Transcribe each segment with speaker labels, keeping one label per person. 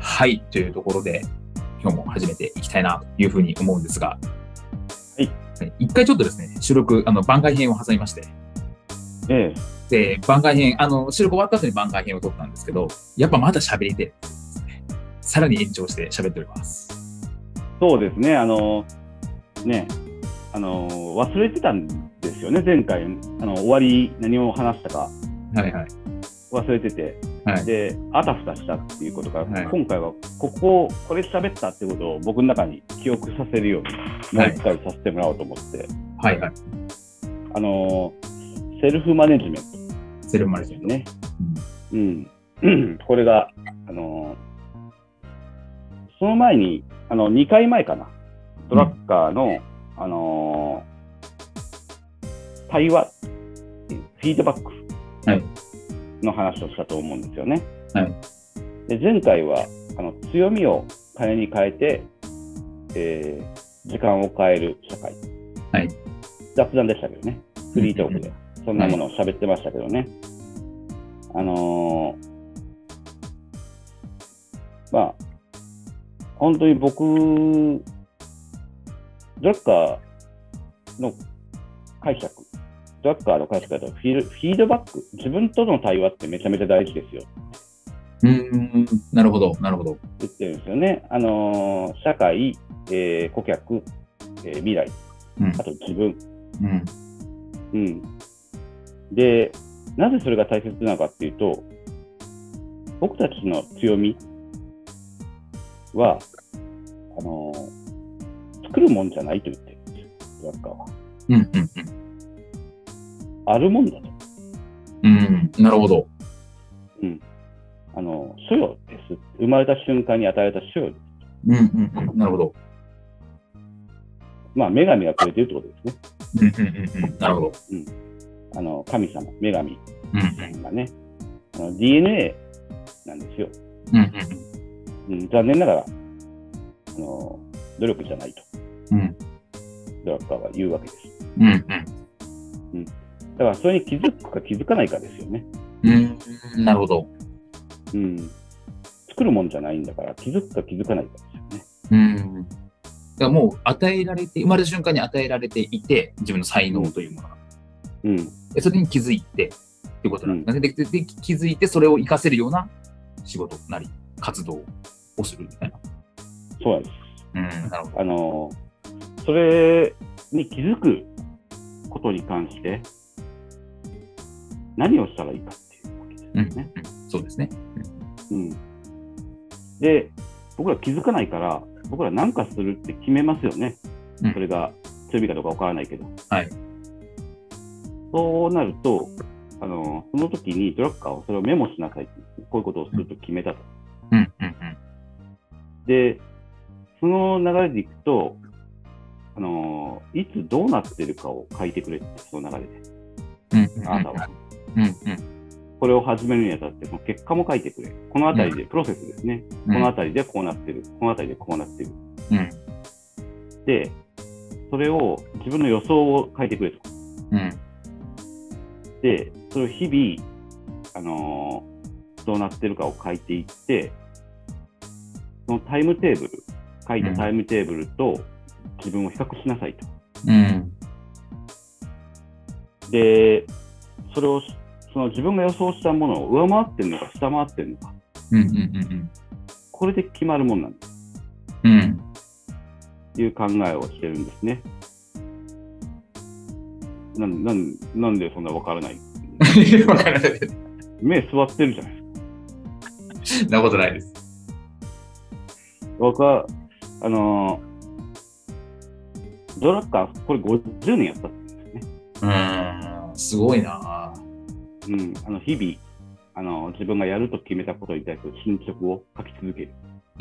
Speaker 1: はい、というところで今日も始めていきたいなというふうに思うんですが、
Speaker 2: はい
Speaker 1: 一回ちょっとですね、収録、あの番外編を挟みまして、
Speaker 2: ええ、
Speaker 1: で、番外編、あの、収録終わった後に番外編を撮ったんですけど、やっぱまだ喋りて、さらに延長して喋っております。
Speaker 2: そうですね、あの、ね、あの、忘れてたんですよね、前回、あの終わり、何を話したか
Speaker 1: はいはい。
Speaker 2: 忘れてて、
Speaker 1: はい
Speaker 2: で、あたふたしたっていうことが、
Speaker 1: はい
Speaker 2: 今回は、ここ、これ喋ったってことを僕の中に記憶させるように、も
Speaker 1: は
Speaker 2: う
Speaker 1: い
Speaker 2: 一回させてもらおうと思って、
Speaker 1: はいはい。
Speaker 2: あの、セルフマネジメン
Speaker 1: セルフマネ
Speaker 2: トで
Speaker 1: ジ
Speaker 2: す
Speaker 1: メン
Speaker 2: よ
Speaker 1: ト。
Speaker 2: ね。うん、 これが、あの、その前に、あの、2回前かな、ドラッカーの、あのー対話、フィードバック
Speaker 1: はい
Speaker 2: の話をしたと思うんですよね。
Speaker 1: はい
Speaker 2: で前回はあの強みを金に変えて、えー時間を変える社会、
Speaker 1: はい
Speaker 2: 雑談でしたけどね、フリートークで、そんなものを喋ってましたけどね。あのーまあ、本当に僕、ドラッカーの解釈、ドラッカーの解釈だとフィール、フィードバック、自分との対話ってめちゃめちゃ大事ですよって
Speaker 1: うん。うん。なるほど、なるほど。
Speaker 2: 言ってるんですよね。あのー社会、えー顧客、えー未来、
Speaker 1: うん
Speaker 2: あと自分。
Speaker 1: うん。
Speaker 2: うん。で、なぜそれが大切なのかっていうと、僕たちの強みは、あのー作るもんじゃないと言ってるんですよ、ドラッカーは。
Speaker 1: うん。うん。
Speaker 2: あるもんだと。
Speaker 1: うん。うん。なるほど。
Speaker 2: あの、所有です。生まれた瞬間に与えられた所有です。
Speaker 1: うん。うん。うんなるほど。
Speaker 2: まあ、女神がくれてるってことですね。
Speaker 1: うん。うん。うんうん。なるほど。
Speaker 2: あの、神様、女神
Speaker 1: うん。
Speaker 2: がね、あの DNA なんですよ。
Speaker 1: うん。うん
Speaker 2: うん、残念ながら、あの、努力じゃないと、
Speaker 1: うん。
Speaker 2: ドラッカーは言うわけです。
Speaker 1: うん。うん。
Speaker 2: だから、それに気づくか気づかないかですよね。
Speaker 1: うん。うん。なるほど。
Speaker 2: うん。作るもんじゃないんだから、気づくか気づかないかですよね。
Speaker 1: うん。だからもう与えられて、生まれた瞬間に与えられていて、自分の才能というものが。
Speaker 2: うん。
Speaker 1: でそれに気づいてっていうことなんですかね、ででで気づいてそれを活かせるような仕事なり活動をするみたいな。
Speaker 2: そうなんです。
Speaker 1: うん、なるほど。
Speaker 2: あの、それに気づくことに関して、何をしたらいいかっていうわけです
Speaker 1: うん、う
Speaker 2: よ
Speaker 1: ん
Speaker 2: ね。
Speaker 1: そうですね。
Speaker 2: うんで、僕ら気づかないから、僕ら何かするって決めますよね。
Speaker 1: うん
Speaker 2: それが強みかどうかわからないけど。
Speaker 1: はい
Speaker 2: そうなると、あのその時にドラッカーはそれをメモしなさいってこういうことをすると決めたと。
Speaker 1: うん、うん、うん。
Speaker 2: で、その流れでいくと、あのいつどうなってるかを書いてくれって、その流れで、
Speaker 1: うんうんうん
Speaker 2: あなたは。
Speaker 1: うんうん
Speaker 2: これを始めるにあたって、その結果も書いてくれ。このあたりで、プロセスですね。
Speaker 1: うん
Speaker 2: このあたりでこうなってる。このあたりでこうなってる。
Speaker 1: うん
Speaker 2: で、それを自分の予想を書いてくれと。
Speaker 1: うん
Speaker 2: で、それを日々、あのーどうなってるかを書いていって、そのタイムテーブル、書いたタイムテーブルと自分を比較しなさいと。
Speaker 1: うん
Speaker 2: で、それをし、その自分が予想したものを上回ってるのか下回ってるのか、
Speaker 1: うんうんうん
Speaker 2: これで決まるもんなんだ
Speaker 1: うんうん
Speaker 2: という考えをしてるんですね。なんなんなんでそんなわからない
Speaker 1: わからない
Speaker 2: 目座ってるじゃないですか。
Speaker 1: そんなことないです。
Speaker 2: 僕は、あのードラッカー、これ50年やったんですね。
Speaker 1: うーん、すごいな。
Speaker 2: うん、あの日々、あの自分がやると決めたことに対する進捗を書き続ける。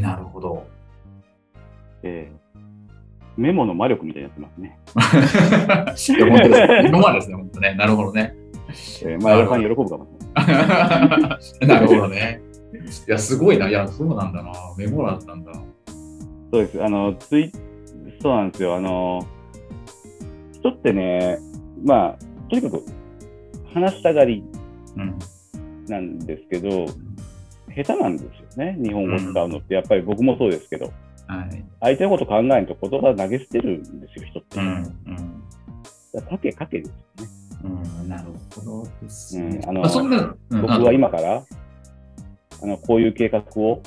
Speaker 1: なるほど。
Speaker 2: えーメモの魔力みたいになってますね。
Speaker 1: いや、本当です。今までですね、本当ね。なるほどね。
Speaker 2: えー、まあ、矢田さん喜ぶかもしれない。
Speaker 1: なるほどね。いや、すごいな。いや、そうなんだな。メモだったんだ。
Speaker 2: そうです。あの、ツイそうなんですよ。あの、人ってね、まあ、とにかく話したがり
Speaker 1: うん。
Speaker 2: なんですけど、下手なんですよね。日本語使うのって、やっぱり僕もそうですけど、
Speaker 1: はい。
Speaker 2: 相手のこと考えんと言葉投げ捨てるんですよ、人って。
Speaker 1: うん。
Speaker 2: だからかけかけですよね。
Speaker 1: うん。うん。なるほどですね。
Speaker 2: うんあの
Speaker 1: まそんな、うん
Speaker 2: 僕は今から、あの、こういう計画を、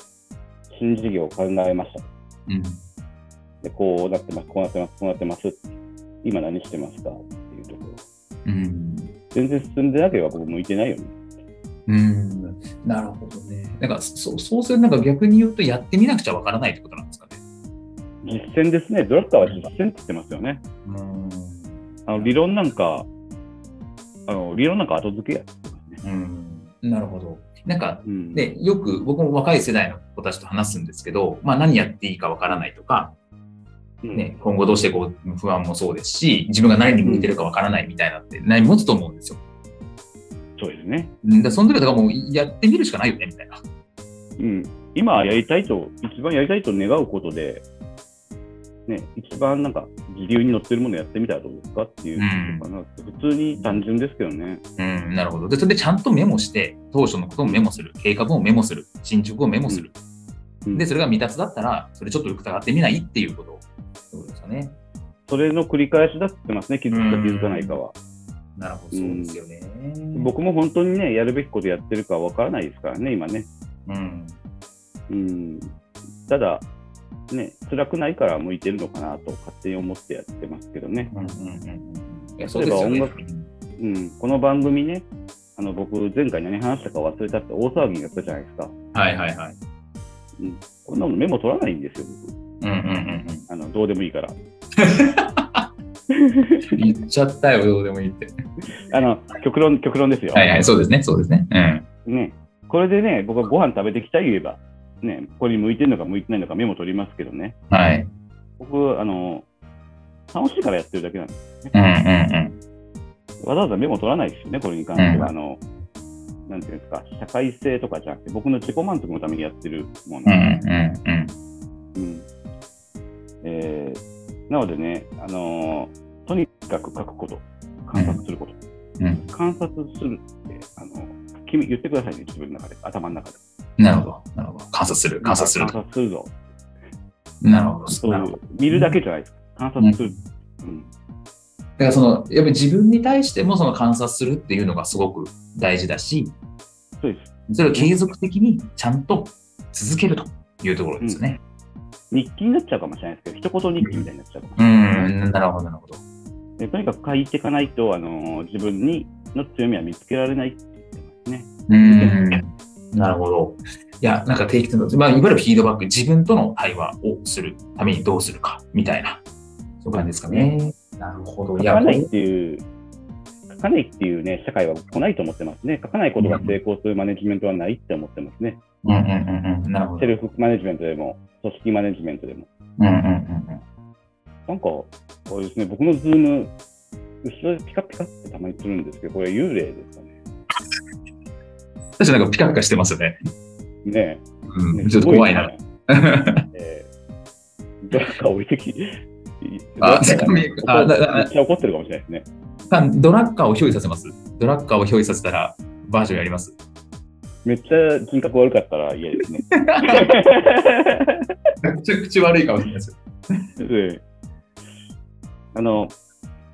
Speaker 2: 新事業を考えました。
Speaker 1: うん。
Speaker 2: で、こうなってます、こうなってます、こうなってます。今何してますかっていうとこ
Speaker 1: う
Speaker 2: ろ。
Speaker 1: ん。
Speaker 2: 全然進んでなければ僕向いてないよね。
Speaker 1: うん、なるほどね。なんかそそうするなんか逆に言うとやってみなくちゃわからないってことなんですかね。
Speaker 2: 実践ですね。ドラッカーは実践って言ってますよね。
Speaker 1: うん。
Speaker 2: あの理論なんか、あの理論なんか後付けや。
Speaker 1: うん、なるほど。なんか
Speaker 2: うん
Speaker 1: ね、よく僕も若い世代の子たちと話すんですけど、まあ何やっていいかわからないとか、
Speaker 2: うん
Speaker 1: ね、今後どうしていこう不安もそうですし、自分が何に向いてるかわからないみたいなって悩み持つと思うんですよ。
Speaker 2: そうですね。
Speaker 1: うんだからその時はだからもうやってみるしかないよねみたいな。
Speaker 2: うん、今やりたいと、一番やりたいと願うことで、ね、一番なんか、自流に乗ってるものやってみたらどうですかっていうことかな、普通に単純ですけどね。
Speaker 1: うん、なるほど。で、それでちゃんとメモして、当初のこともメモする、計画もメモする、進捗をメモする。
Speaker 2: うん
Speaker 1: で、それが未達だったら、それちょっと疑ってみないっていうことってことですかね。
Speaker 2: それの繰り返しだって言ってますね、気づくか気づかないかは。
Speaker 1: なるほど、
Speaker 2: ど
Speaker 1: そ
Speaker 2: そうう
Speaker 1: で
Speaker 2: ですす
Speaker 1: よね。
Speaker 2: 僕も本当にね、やるべきことやってるかわからないですからね、今ね。
Speaker 1: うん。
Speaker 2: うん、ただ、ね、辛くないから向いてるのかなと勝手に思ってやってますけどね、
Speaker 1: うんうんうんうん。いや、そう
Speaker 2: 例え
Speaker 1: で
Speaker 2: ば
Speaker 1: すよ
Speaker 2: 音
Speaker 1: ね。
Speaker 2: 楽うん、この番組ね、あの僕、前回何話したか忘れたって大騒ぎになったじゃないですか、
Speaker 1: はいはいはい。
Speaker 2: こんなのメモ取らないんですよ、
Speaker 1: うんうん
Speaker 2: 僕、あのどうでもいいから。
Speaker 1: うんうん。言っちゃったよ、どうでもいいって。
Speaker 2: あの極論極論ですよ、
Speaker 1: はいはい、そうですね、そうですね。うん。
Speaker 2: ね。これでね、僕はご飯食べてきた言えば、ね、ここに向いてるのか向いてないのかメモ取りますけどね、
Speaker 1: はい。
Speaker 2: 僕、あの楽しいからやってるだけなんです。
Speaker 1: うんうん
Speaker 2: わざわざメモ取らないですよね、これに関しては。
Speaker 1: う
Speaker 2: あのなんていうんですか、社会性とかじゃなくて、僕の自己満足のためにやってるもの
Speaker 1: うん。うんうんうん
Speaker 2: うんえーなのでね、あのーとにかく書くこと、観察すること、
Speaker 1: うん。うん。
Speaker 2: 観察するって、あの君言ってくださいね、自分の中で、頭の中で。
Speaker 1: なるほど。なるほど。観察する。観察する。
Speaker 2: 観察するぞ。
Speaker 1: なるほ
Speaker 2: そ
Speaker 1: ど。
Speaker 2: う
Speaker 1: ないるほど。
Speaker 2: う見るだけじゃないですか。観察する。うん
Speaker 1: だからその、やっぱり自分に対してもその観察するっていうのがすごく大事だし、
Speaker 2: そうです。
Speaker 1: それを継続的にちゃんと続けるというところですよね。
Speaker 2: 日記になっちゃうかもしれないですけど、一言日記みたいになっちゃうかもし
Speaker 1: う
Speaker 2: れない
Speaker 1: ん、なるほど、なるほど。
Speaker 2: でとにかく書いていかないと、あの自分にの強みは見つけられないって言ってますね。
Speaker 1: うん、なるほど。いや、なんか定期的な、まあ、いわゆるフィードバック、自分との対話をするためにどうするか、みたいな、そういう感じですかね。なるほど。い
Speaker 2: 書
Speaker 1: や
Speaker 2: か、ないっていう、書かないっていうね、社会は来ないと思ってますね。書かないことが成功するマネジメントはないって思ってますね。
Speaker 1: うんうんうんうん、なるほど。
Speaker 2: セルフマネジメントでも、組織マネジメントでも。
Speaker 1: うんうんうん
Speaker 2: なんか、あれですね、僕のズーム、後ろでピカピカってたまにするんですけど、これ幽霊ですかね。
Speaker 1: うん。確かになんかピカピカしてますよね。
Speaker 2: ね
Speaker 1: う
Speaker 2: え。
Speaker 1: ん、
Speaker 2: ね
Speaker 1: ちょっと怖い
Speaker 2: す
Speaker 1: な。
Speaker 2: ごねえー、ドラッカー置いてき、
Speaker 1: あ
Speaker 2: ドラッカー
Speaker 1: せっかくあだだ
Speaker 2: めっちゃ怒ってるかもしれないですね。
Speaker 1: ドラッカーを憑依させます。ドラッカーを憑依させたら、バージョンやります。
Speaker 2: めっちゃ人格悪かったら 嫌ですね。
Speaker 1: めちゃくちゃ悪いかもしれないですよ。
Speaker 2: うんあの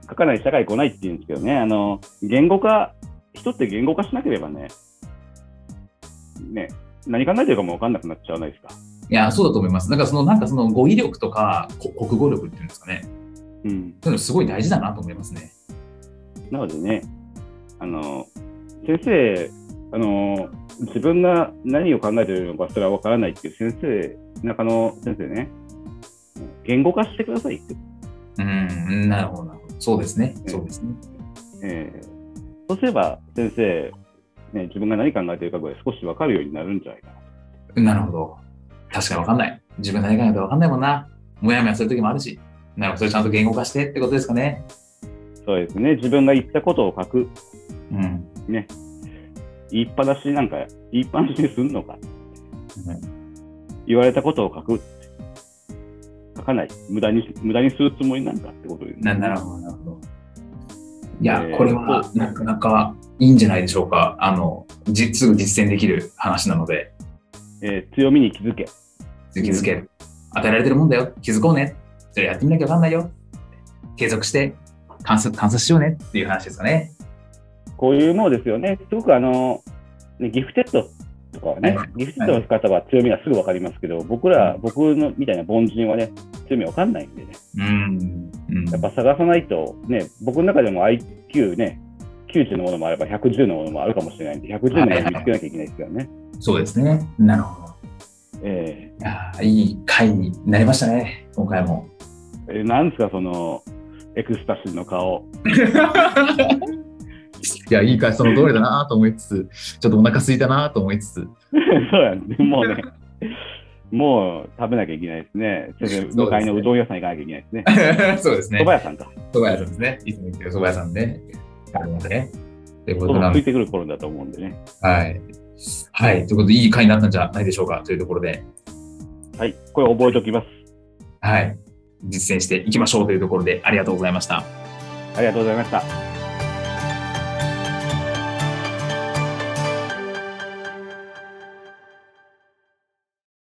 Speaker 2: 書かない社会来ないって言うんですけどね、あの言語化、人って言語化しなければね、ね何考えてるかも分かんなくなっちゃわないですか。
Speaker 1: いや、そうだと思います。なんかその、なんかその語彙力とか、こ国語力っていうんですかね。
Speaker 2: うん、
Speaker 1: そういうのすごい大事だなと思いますね。
Speaker 2: なのでね、あの先生、あの自分が何を考えているのかそれは分からないっていう先生、中野先生ね、言語化してくださいって、
Speaker 1: うん、なるほど、なるほど。そうですね。
Speaker 2: うん
Speaker 1: そうですね。
Speaker 2: えーそうすれば先生、ね、自分が何考えているかぐらい少し分かるようになるんじゃないかな。
Speaker 1: なるほど。確かにわかんない。自分何考えたかわかんないもんな。もやもやする時もあるし。なるほど。それちゃんと言語化してってことですかね。
Speaker 2: そうですね、自分が言ったことを書く、
Speaker 1: うん。うん
Speaker 2: ね、言いっぱなしなんか、言いっぱなしにするのか、言われたことを書く、書かない、無駄に無駄にするつもりなんだってことです、
Speaker 1: ななるほど、なるほど。いや、
Speaker 2: えー
Speaker 1: これはなかなかいいんじゃないでしょうか。あの、じすぐ実践できる話なので、
Speaker 2: えー強みに気づけ、
Speaker 1: 気づける。与えられてるもんだよ。気づこうね。それやってみなきゃわかんないよ。継続して観察、観察しようねっていう話ですかね。
Speaker 2: こういうものですよね、すごくあの、ね、ギフテッドとかはね
Speaker 1: はい、
Speaker 2: ギフテッドの方は強みはすぐ分かりますけど、僕ら
Speaker 1: う、ん
Speaker 2: 僕のみたいな凡人はね、強み分かんないんでね、
Speaker 1: うん。うん
Speaker 2: やっぱ探さないと、ね、僕の中でも IQ ね、90のものもあれば110のものもあるかもしれないんで、110のものを見つけなきゃいけないですよね。
Speaker 1: そうですね。なるほど。
Speaker 2: え
Speaker 1: いやーいい回になりましたね、今回も。
Speaker 2: ーえーなんですか、その、エクスタシーの顔。
Speaker 1: いや、いい回、その通りだなと思いつつ、ちょっとお腹空いたなと思いつつ、
Speaker 2: そうやね、もうね、もう食べなきゃいけないですね。先生、向かいのうどん屋さん行かなきゃいけないですね。
Speaker 1: そうですね
Speaker 2: 蕎麦屋さんか。
Speaker 1: 蕎麦屋さんですね。いつも言ってる蕎麦屋さんね。ありますね。というこ
Speaker 2: お
Speaker 1: と
Speaker 2: 腹
Speaker 1: なの
Speaker 2: 空い
Speaker 1: で、
Speaker 2: てくる頃だと思うんでね。
Speaker 1: はい。はい。ということで、いい回になったんじゃないでしょうか、というところで、
Speaker 2: はい、これ覚えておきます。
Speaker 1: はい。実践していきましょうというところで、ありがとうございました。
Speaker 2: ありがとうございました。